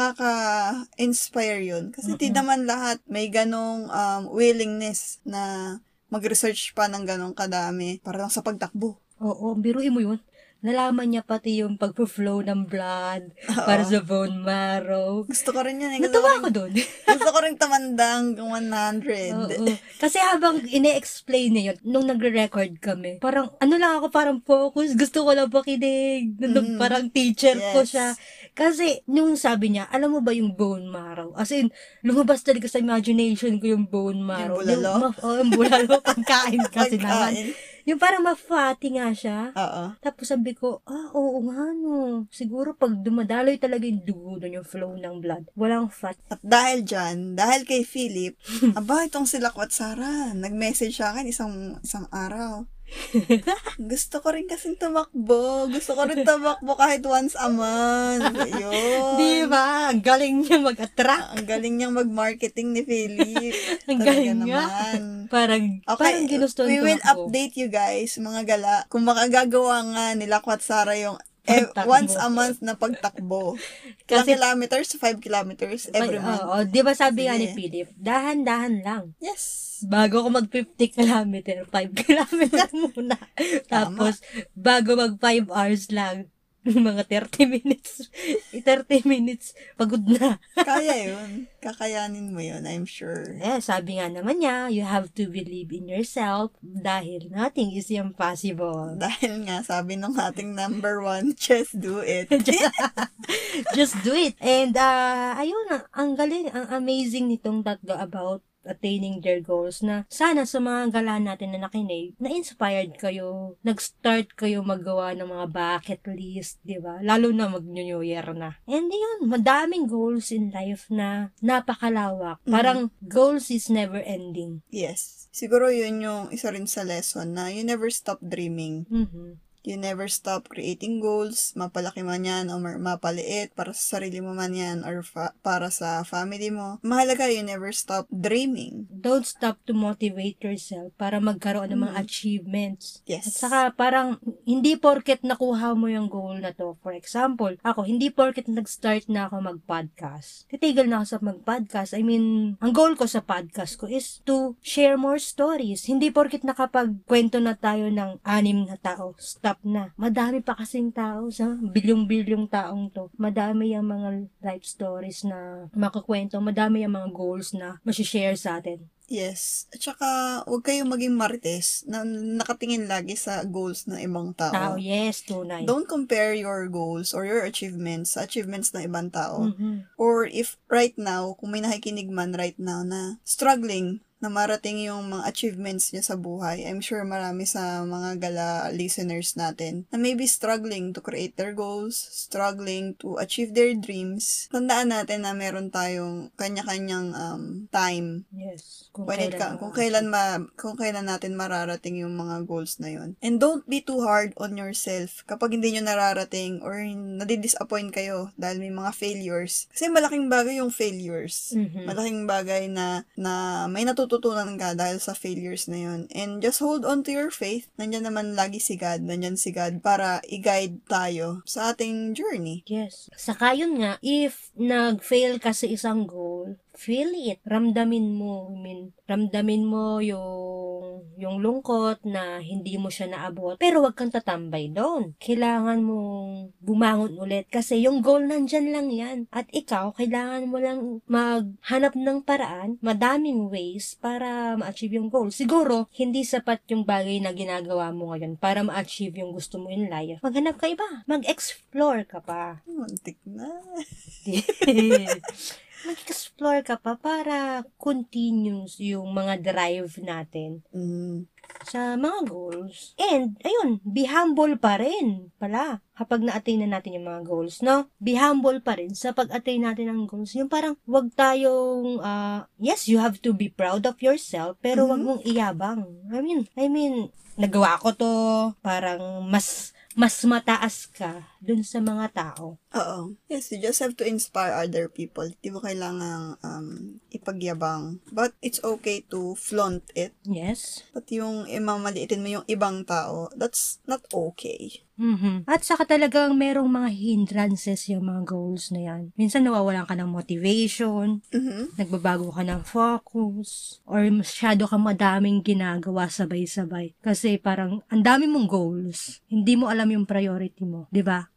S2: nakaka-inspire yun. Kasi
S1: Mm-hmm.
S2: di naman lahat may ganong um, willingness na mag-research pa ng ganong kadami para lang sa pagtakbo.
S1: Oo, biruin mo yun. Nalaman niya pati yung pag-flow ng blood para sa bone marrow.
S2: Gusto ko rin yun. Eh. Gusto,
S1: Natuwa
S2: ko rin,
S1: ako doon.
S2: gusto ko rin tamanda hanggang 100.
S1: Oo. Kasi habang ine-explain niya yun, nung nagre-record kami, parang ano lang ako, parang focus, gusto ko lang pakinig, Nung
S2: Mm.
S1: parang teacher ko
S2: Yes.
S1: siya. Kasi nung sabi niya, alam mo ba yung bone marrow? As in, lumabas talaga sa imagination ko yung bone marrow.
S2: Yung bulalo?
S1: ma- oh, yung bulalo, pagkain kasi naman.
S2: Pagkain.
S1: Yung parang ma-fatty nga siya.
S2: Oo.
S1: Tapos sabi ko, ah, oo nga no. Siguro pag dumadaloy talaga yung dugo doon, yung flow ng blood, walang fat.
S2: At dahil dyan, dahil kay Philip, aba, itong sila ko at Sarah, nag-message sa akin isang, isang araw. Gusto ko rin kasing tumakbo. Gusto ko rin tumakbo kahit once a month. Ayun.
S1: Di ba? Ang galing niya mag-attract.
S2: Ang galing niyang mag-marketing ni Philip.
S1: Ang
S2: Talaga
S1: galing nga.
S2: naman.
S1: Parang,
S2: Okay,
S1: parang ginustuhan
S2: we
S1: ko
S2: will
S1: ako.
S2: update you guys, mga gala, kung makagagawa nga nila ko at Sarah yung eh,
S1: Pagtakbo.
S2: once a month na pagtakbo.
S1: Kasi-
S2: Kasi, kilometers, 5 kilometers
S1: Ay,
S2: every month.
S1: oo. di ba sabi nga ni
S2: Sige.
S1: Philip, dahan-dahan lang.
S2: Yes.
S1: Bago ako mag 50 kilometer, 5 kilometer muna. Tapos, bago mag 5 hours lang, mga 30 minutes. 30 minutes, pagod na.
S2: Kaya yun. Kakayanin mo yun, I'm sure.
S1: Eh, sabi nga naman niya, you have to believe in yourself dahil nothing is impossible.
S2: Dahil nga, sabi nung ating number one, just do it.
S1: Just do it. And, ah, ayun, ang, ang galing, ang amazing nitong tatlo about attaining their goals na sana sa mga gala natin na nakinig, na-inspired kayo, nag-start kayo magawa ng mga bucket list, di ba? Lalo na mag-new year na. And yun, madaming goals in life na napakalawak. Parang goals is never ending.
S2: yes. Siguro yun yung isa rin sa lesson na you never stop dreaming.
S1: Mhm.
S2: You never stop creating goals, mapalaki man yan o ma- mapaliit, para sa sarili mo man yan or fa- para sa family mo. Mahalaga, you never stop dreaming.
S1: don't stop to motivate yourself para magkaroon ng mga achievements.
S2: Yes.
S1: At saka Ah, parang hindi porket nakuha mo yung goal na to. For example, ako, hindi porket nag-start na ako mag-podcast. Titigil na ako sa mag-podcast. I mean, ang goal ko sa podcast ko is to share more stories. Hindi porket nakapagkwento na tayo ng anim na tao, stop na. Madami pa kasing tao sa bilyong-bilyong taong to. Madami yung mga life stories na makakwento. Madami yung mga goals na masishare sa atin.
S2: Yes. At saka, huwag kayong maging martes na nakatingin lagi sa goals ng ibang
S1: Tao, yes, tunay.
S2: Don't compare your goals or your achievements sa achievements ng ibang tao.
S1: Mhm.
S2: Or if right now, kung may nakikinig man right now na struggling na marating yung mga achievements niya sa buhay. I'm sure marami sa mga gala listeners natin na maybe struggling to create their goals, struggling to achieve their dreams. Tandaan natin na meron tayong kanya-kanyang um, time
S1: Yes. Kung
S2: when it ka- kung kailan ma kung kailan natin mararating yung mga goals na yon. And don't be too hard on yourself kapag hindi nyo nararating or nadidisappoint kayo dahil may mga failures. Kasi malaking bagay yung failures.
S1: Mhm.
S2: Malaking bagay na na may natututunan ka dahil sa failures na yon. And just hold on to your faith. Nandiyan naman lagi si God. Nandiyan si God para i-guide tayo sa ating journey.
S1: Yes. Saka yun nga, if nag-fail ka sa isang goal, feel it. Ramdamin mo. I mean, ramdamin mo yung, yung lungkot na hindi mo siya naabot. Pero wag kang tatambay doon. Kailangan mong bumangon ulit. Kasi yung goal nandyan lang yan. At ikaw, kailangan mo lang maghanap ng paraan, madaming ways para ma-achieve yung goal. Siguro, hindi sapat yung bagay na ginagawa mo ngayon para ma-achieve yung gusto mo in life. Maghanap ka iba. Mag-explore ka pa.
S2: Muntik na.
S1: Mag-explore ka pa para continues yung mga drive natin
S2: Mm.
S1: sa mga goals. And, ayun, be humble pa rin pala kapag na-attain na natin yung mga goals, no? Be humble pa rin sa pag-attain natin ng goals. Yung parang, wag tayong, ah, yes, you have to be proud of yourself, pero wag
S2: Mhm.
S1: mong iyabang. I mean, I mean, nagawa ko to, parang mas, mas mataas ka dun sa mga tao.
S2: Oo. Yes, you just have to inspire other people. Di mo kailangang um, ipagyabang. But it's okay to flaunt it.
S1: Yes.
S2: But yung imamaliitin mo yung ibang tao, that's not okay.
S1: mhm
S2: Mm-hmm.
S1: At saka talagang merong mga hindrances yung mga goals na yan. Minsan nawawalan ka ng motivation,
S2: Mhm.
S1: nagbabago ka ng focus, or masyado ka madaming ginagawa sabay-sabay. Kasi parang ang dami mong goals, hindi mo alam yung priority mo, di ba?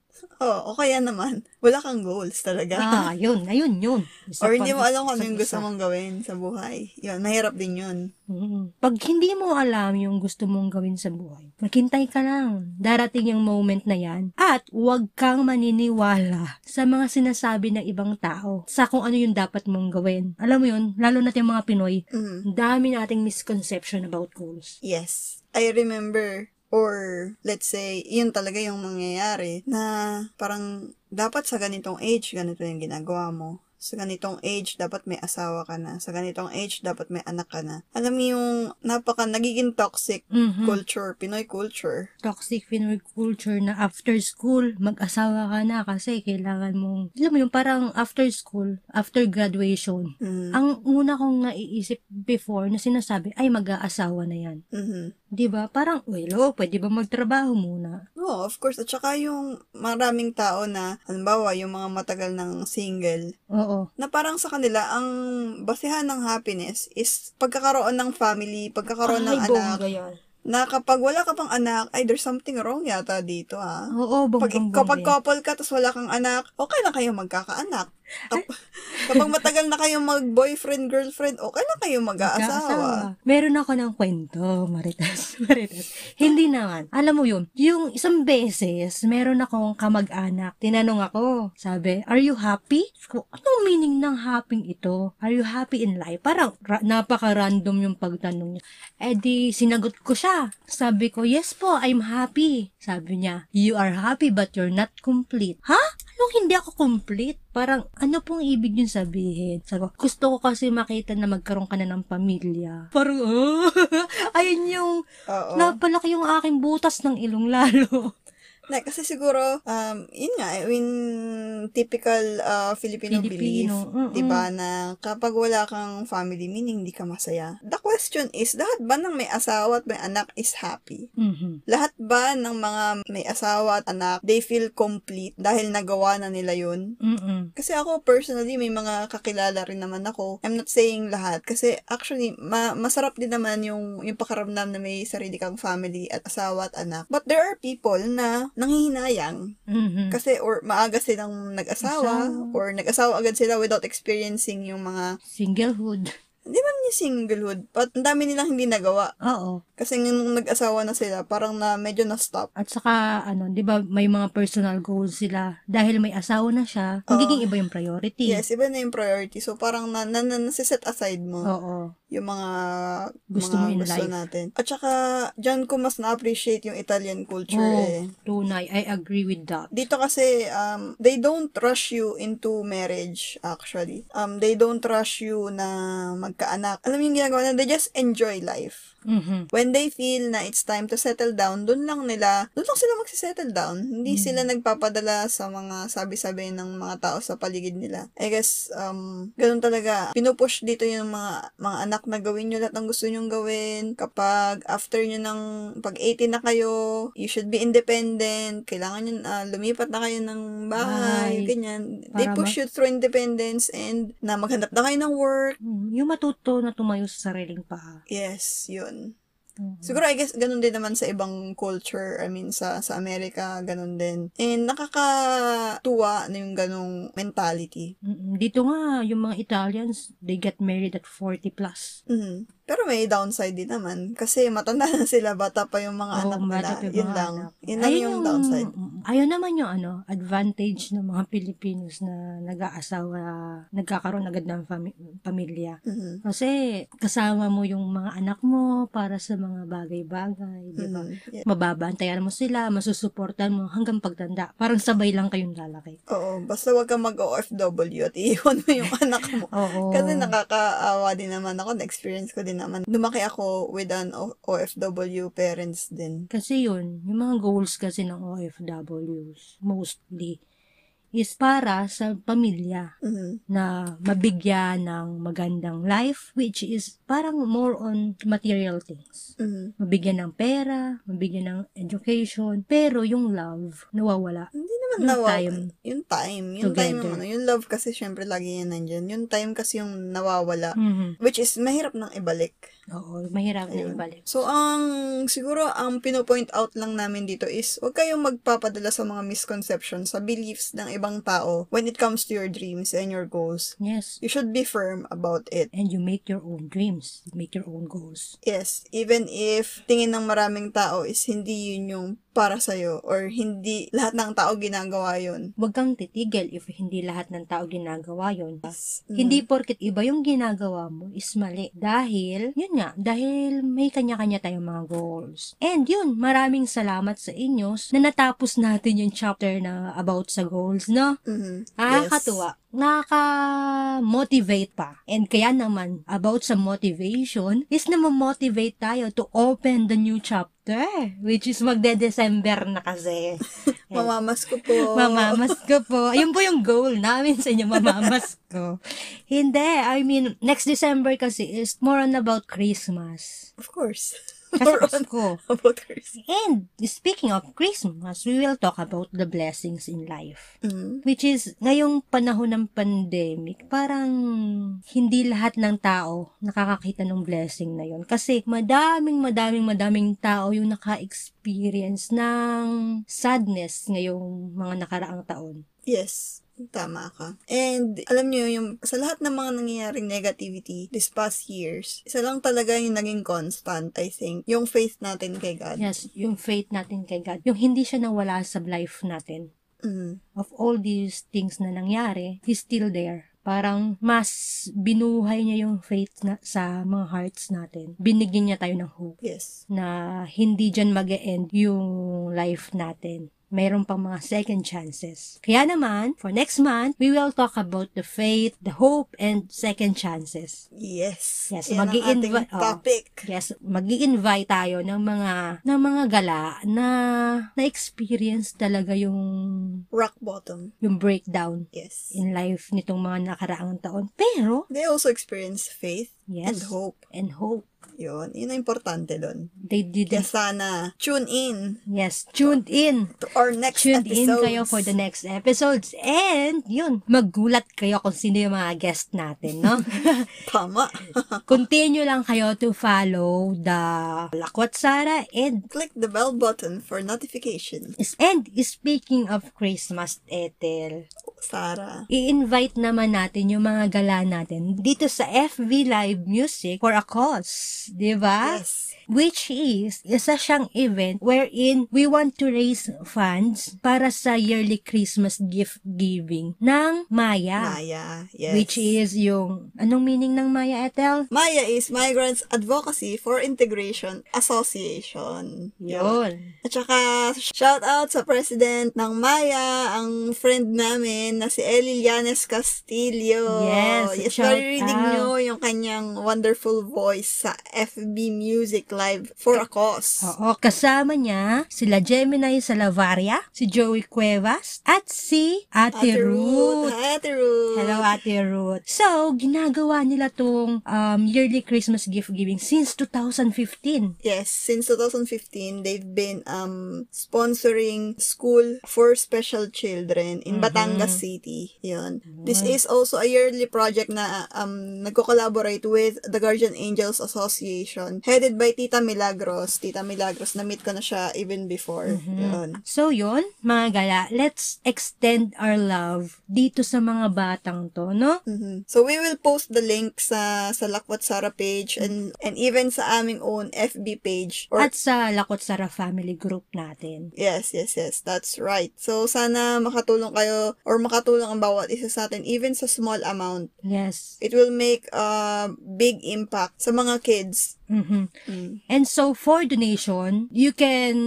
S2: Oo, o kaya naman, wala kang goals talaga.
S1: Ah, yun, ayun, yun. Isa
S2: Or
S1: pang-
S2: hindi mo alam kung ano
S1: isang
S2: yung gusto
S1: isa.
S2: mong gawin sa buhay. Yun, mahirap din yun.
S1: Mm. Pag hindi mo alam yung gusto mong gawin sa buhay, maghintay ka lang. Darating yung moment na yan. At huwag kang maniniwala sa mga sinasabi ng ibang tao sa kung ano yung dapat mong gawin. Alam mo yun, lalo na yung mga Pinoy,
S2: Mhm.
S1: ang dami nating misconception about goals.
S2: Yes. I remember, or let's say, yun talaga yung mangyayari, na parang dapat sa ganitong age, ganito yung ginagawa mo. Sa ganitong age, dapat may asawa ka na. Sa ganitong age, dapat may anak ka na. Alam mo yung napaka nagiging toxic
S1: Mhm.
S2: culture, Pinoy culture.
S1: toxic Pinoy culture na after school, mag-asawa ka na kasi kailangan mong, alam mo yung parang after school, after graduation,
S2: Mm.
S1: Ang una kong naiisip before na sinasabi, ay mag-aasawa na yan.
S2: Mhm.
S1: 'Di ba Parang, welo, pwede ba magtrabaho muna?
S2: Oo, of course. At saka yung maraming tao na, halimbawa, yung mga matagal ng single,
S1: Oo.
S2: na parang sa kanila, ang basehan ng happiness is pagkakaroon ng family, pagkakaroon
S1: ay,
S2: ng anak,
S1: bongga yan.
S2: na kapag wala ka pang anak, ay there's something wrong yata dito ha.
S1: Oo,
S2: Pag,
S1: bonggang bongga
S2: kapag
S1: yan.
S2: couple ka tapos wala kang anak, okay lang kayo magkakaanak. Kap- kapag matagal na kayo mag-boyfriend, girlfriend, okay lang kayo mag-aasawa.
S1: Magkaasawa. Meron ako ng kwento, Marites. Marites. Hindi naman. Alam mo yun, yung isang beses, meron akong kamag-anak. Tinanong ako, sabi, are you happy? Sabi ko, Anong meaning ng happy ito? Are you happy in life? Parang ra- napaka-random yung pagtanong niya. Eh di, sinagot ko siya. Sabi ko, yes po, I'm happy. Sabi niya, you are happy but you're not complete. Ha? Anong hindi ako complete? Parang ano pong ibig yun sabihin? Sabi ko, gusto ko kasi makita na magkaroon ka na ng pamilya. Parang, oh, ayun yung,
S2: Oo.
S1: napalaki yung aking butas ng ilong lalo.
S2: Na, kasi siguro, um, yun nga, I mean, typical uh,
S1: Filipino,
S2: Filipino, belief,
S1: mm-mm.
S2: diba, na kapag wala kang family, meaning hindi ka masaya. The question is, lahat ba ng may asawa at may anak is happy?
S1: Mhm.
S2: Lahat ba ng mga may asawa at anak, they feel complete dahil nagawa na nila yun?
S1: Mm-mm.
S2: Kasi ako personally, may mga kakilala rin naman ako. I'm not saying lahat. Kasi actually, ma- masarap din naman yung, yung pakaramdam na may sarili kang family at asawa at anak. But there are people na nanghihinayang.
S1: Mhm.
S2: Kasi or maaga silang nag-asawa
S1: Asawa.
S2: or nag-asawa agad sila without experiencing yung mga
S1: Singlehood.
S2: Di ba yung singlehood, but ang dami nilang hindi nagawa.
S1: Oo.
S2: Kasi nga nung nag-asawa na sila, parang na medyo na-stop.
S1: At saka, ano, di ba, may mga personal goals sila. Dahil may asawa na siya,
S2: Oo.
S1: magiging iba yung priority.
S2: Yes, iba na yung priority. So, parang na, na, na, nasiset aside mo
S1: Oo.
S2: yung mga
S1: Oh. Gusto
S2: mga
S1: mo in
S2: gusto
S1: life.
S2: natin. At saka, dyan ko mas na-appreciate yung Italian culture
S1: Oo,
S2: eh.
S1: tunay. I agree with that.
S2: Dito kasi, um, they don't rush you into marriage, actually. Um, they don't rush you na magkaanak. Alam mo yung ginagawa na, they just enjoy life.
S1: Mhm.
S2: When they feel na it's time to settle down, doon lang nila, doon lang sila magsisettle down. Hindi sila nagpapadala sa mga sabi-sabi ng mga tao sa paligid nila. I guess, um, ganun talaga. Pinupush dito yung mga, mga anak na gawin nyo lahat ng gusto nyong gawin. Kapag after nyo ng, pag 18 na kayo, you should be independent. Kailangan nyo, ah, lumipat na kayo ng
S1: Bahay.
S2: bahay, ganyan. They
S1: Para
S2: push you through independence and na maghanap na kayo ng work.
S1: Mm, Yung matuto na tumayo sa sariling paa. Mm.
S2: Yes, yun.
S1: Oo.
S2: Siguro I guess ganun din naman sa ibang culture, I mean sa sa Amerika ganun din. And nakakatuwa na yung ganung mentality.
S1: Mm, Dito nga, yung mga Italians, they get married at 40 plus.
S2: Mhm. Pero may downside din naman kasi matanda na sila, bata pa yung mga
S1: Oo,
S2: anak nila.
S1: bata pa yung
S2: Yun
S1: mga
S2: lang.
S1: anak.
S2: Yun lang
S1: Ayun
S2: yung downside.
S1: mm, Ayun naman yung ano, advantage ng mga Pilipinos na nag-aasawa, nagkakaroon agad ng fami- pamilya.
S2: Mhm.
S1: Kasi kasama mo yung mga anak mo para sa mga bagay-bagay, di ba?
S2: Mhm. Yeah.
S1: Mababantayan mo sila, masusuportan mo hanggang pagtanda. Parang sabay lang kayong lalaki.
S2: Oo, basta wag kang mag-OFW at iiwan mo yung anak mo.
S1: Oo.
S2: Kasi nakakaawa din naman ako, na-experience ko din naman. Lumaki ako with an O- OFW parents din.
S1: Kasi yun, yung mga goals kasi ng OFWs mostly is para sa pamilya
S2: Mhm.
S1: na mabigyan ng magandang life which is parang more on material things.
S2: Mhm.
S1: Mabigyan ng pera, mabigyan ng education, pero yung love nawawala.
S2: Hindi naman
S1: Yung
S2: nawawala.
S1: time.
S2: Yung time. Yung time yung
S1: Together.
S2: ano. Yung love kasi syempre lagi yan nandyan. Yung time kasi yung nawawala.
S1: Mhm.
S2: Which is mahirap nang ibalik.
S1: Oo, mahirap na
S2: Ayun.
S1: ibalik.
S2: So, ang siguro ang pinopoint out lang namin dito is huwag kayong magpapadala sa mga misconceptions, sa beliefs ng ibang tao when it comes to your dreams and your goals.
S1: Yes.
S2: You should be firm about it.
S1: And you make your own dreams, you make your own goals.
S2: Yes, even if tingin ng maraming tao is hindi yun yung para sa'yo or hindi lahat ng tao ginagawa yun.
S1: Huwag kang titigil if hindi lahat ng tao ginagawa yon.
S2: Mm.
S1: Hindi porket iba yung ginagawa mo is mali. Dahil, yun nga, dahil may kanya-kanya tayong mga goals. And yun, maraming salamat sa inyo na natapos natin yung chapter na about sa goals, no?
S2: Mhm. Yes.
S1: Nakakatuwa. Nakaka-motivate pa. And kaya naman, about sa motivation, is na motivate tayo to open the new chapter. Which is magde-December na kasi. And-
S2: Mamamas ko po.
S1: Mamamas ko po. Ayun po yung goal namin sa inyo, mamamas ko. Hindi, I mean, next December kasi is more on about Christmas.
S2: Of course.
S1: Kasi
S2: More on
S1: Pasko.
S2: about Christmas.
S1: And speaking of Christmas, we will talk about the blessings in life.
S2: Mm.
S1: Which is, ngayong panahon ng pandemic, parang hindi lahat ng tao nakakakita ng blessing na yon Kasi madaming, madaming, madaming tao yung naka-experience ng sadness ngayong mga nakaraang taon.
S2: Yes. Tama ka. And alam niyo yung sa lahat ng mga nangyayaring negativity this past years, isa lang talaga yung naging constant, I think, yung faith natin kay God.
S1: Yes, yung faith natin kay God. Yung hindi siya nawala sa life natin.
S2: Mm.
S1: Of all these things na nangyari, He's still there. Parang mas binuhay niya yung faith na, sa mga hearts natin. Binigyan niya tayo ng hope
S2: Yes.
S1: na hindi dyan mag end yung life natin. Mayroon pang mga second chances. Kaya naman, for next month, we will talk about the faith, the hope, and second chances.
S2: Yes.
S1: Yes, Oh.
S2: Yan ang
S1: mag-i-invi-
S2: ating
S1: oo.
S2: topic.
S1: Yes, mag invite tayo ng mga ng mga gala na na-experience talaga yung
S2: Rock bottom.
S1: yung breakdown
S2: Yes.
S1: in life nitong mga nakaraang taon. Pero,
S2: They also experience faith
S1: yes,
S2: and hope.
S1: and hope.
S2: Yun. Yun ang importante doon.
S1: They didn't.
S2: Kaya sana, tune in
S1: Yes, tuned in.
S2: to our next
S1: Tuned in
S2: episodes.
S1: kayo for the next episodes. And, yun, maggulat kayo kung sino yung mga guest natin, no?
S2: Tama.
S1: Continue lang kayo to follow the Lakwat Sara and
S2: Click the bell button for notification.
S1: And speaking of Christmas, Ethel,
S2: Sarah.
S1: I-invite naman natin yung mga gala natin dito sa FV Live Music for a Cause, di ba?
S2: Yes.
S1: Which is isa siyang event wherein we want to raise funds para sa yearly Christmas gift giving ng Maya.
S2: Maya. Yes.
S1: ah. Which is yung, anong meaning ng Maya, Ethel?
S2: Maya is Migrants Advocacy for Integration Association.
S1: Yun.
S2: At saka, shout out sa president ng Maya, ang friend namin na si Eli Llanes Castillo.
S1: Yes,
S2: yes
S1: shout
S2: maririnig
S1: out.
S2: nyo yung kanyang wonderful voice sa FB Music Live for a cause.
S1: Oo, kasama niya sila Gemini Salavaria, si Joey Cuevas, at si Ate, Ruth.
S2: Hi, Ate Ruth.
S1: Hello, Ate Ruth. So, ginagawa nila tong um, yearly Christmas gift giving since 2015.
S2: Yes, since 2015, they've been um sponsoring school for special children in Batangas City. Yun. This is also a yearly project na um nagko-collaborate with the Guardian Angels Association headed by Tita Milagros. Tita Milagros, na-meet ko na siya even before. Yun.
S1: So, yun, mga gala, let's extend our love dito sa mga batang to, no?
S2: Mhm. So we will post the link sa sa Lakwat Sara page and and even sa aming own FB page or
S1: At sa Lakot Sara family group natin.
S2: Yes, yes, yes. That's right. So, sana makatulong kayo or makatulong ang bawat isa sa atin, even sa small amount.
S1: Yes.
S2: It will make a big impact sa mga kids.
S1: Mhm.
S2: Mm.
S1: And so, for donation, you can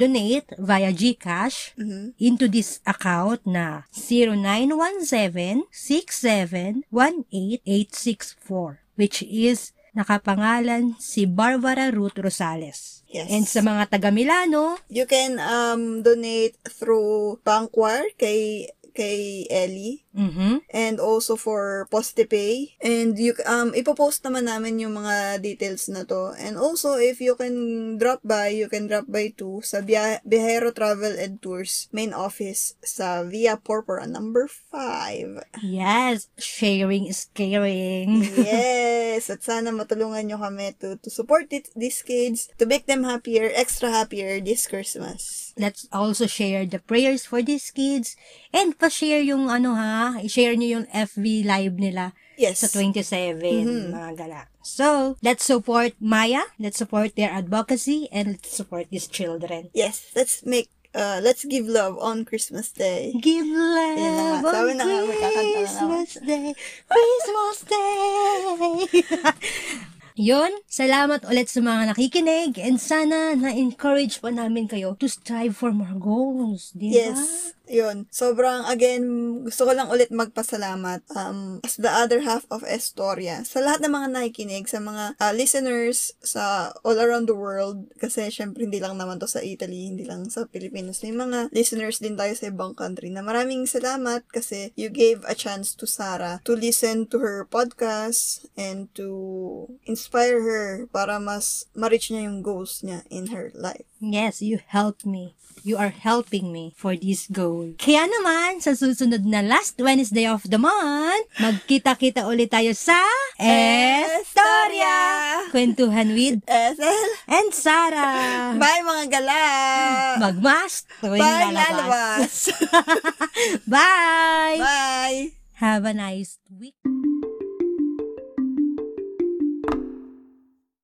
S1: donate via GCash
S2: Mhm.
S1: into this account na 0917-6718-864 which is nakapangalan si Barbara Ruth Rosales.
S2: Yes.
S1: And sa mga taga Milano,
S2: You can um donate through Bankwire kay kay Ellie
S1: mhm,
S2: and also for Postepay. And you um ipopost naman namin yung mga details na to. And also if you can drop by, you can drop by to sa Bia- Bihero Travel and Tours main office sa Via Porpora number 5.
S1: yes, sharing is caring.
S2: Mm-hmm. yes, at sana matulungan nyo kami to to support it, these kids to make them happier, extra happier this Christmas.
S1: Let's also share the prayers for these kids and pa-share yung ano ha, i-share nyo yung FV live nila
S2: Yes.
S1: sa 27,
S2: Mm-hmm.
S1: mga gala. So, let's support Maya, let's support their advocacy, and let's support these children.
S2: Yes, let's make uh let's give love on Christmas Day.
S1: Give
S2: Yun na
S1: love
S2: nga. Sabi
S1: on
S2: na nga, magkakanta na naman.
S1: Christmas Day, Christmas Day. Yun, salamat ulit sa mga nakikinig and sana na-encourage pa namin kayo to strive for more goals, di ba?
S2: Yes, yun. Sobrang, again, gusto ko lang ulit magpasalamat um, as the other half of Estoria. Sa lahat ng mga nakikinig, sa mga ah, listeners sa all around the world, kasi syempre hindi lang naman to sa Italy, hindi lang sa Pilipinas. May mga listeners din tayo sa ibang country na maraming salamat kasi you gave a chance to Sarah to listen to her podcast and to inspire her para mas ma-reach niya yung goals niya in her life.
S1: Yes, you helped me. You are helping me for this goal. Kaya naman, sa susunod na last Wednesday of the month, magkita-kita ulit tayo sa Estoria! Kwentuhan with
S2: Ethel,
S1: and Sarah!
S2: bye mga gala!
S1: Magmask tuwing
S2: Bye,
S1: lalabas.
S2: lalabas.
S1: Bye!
S2: Bye.
S1: Have a nice week.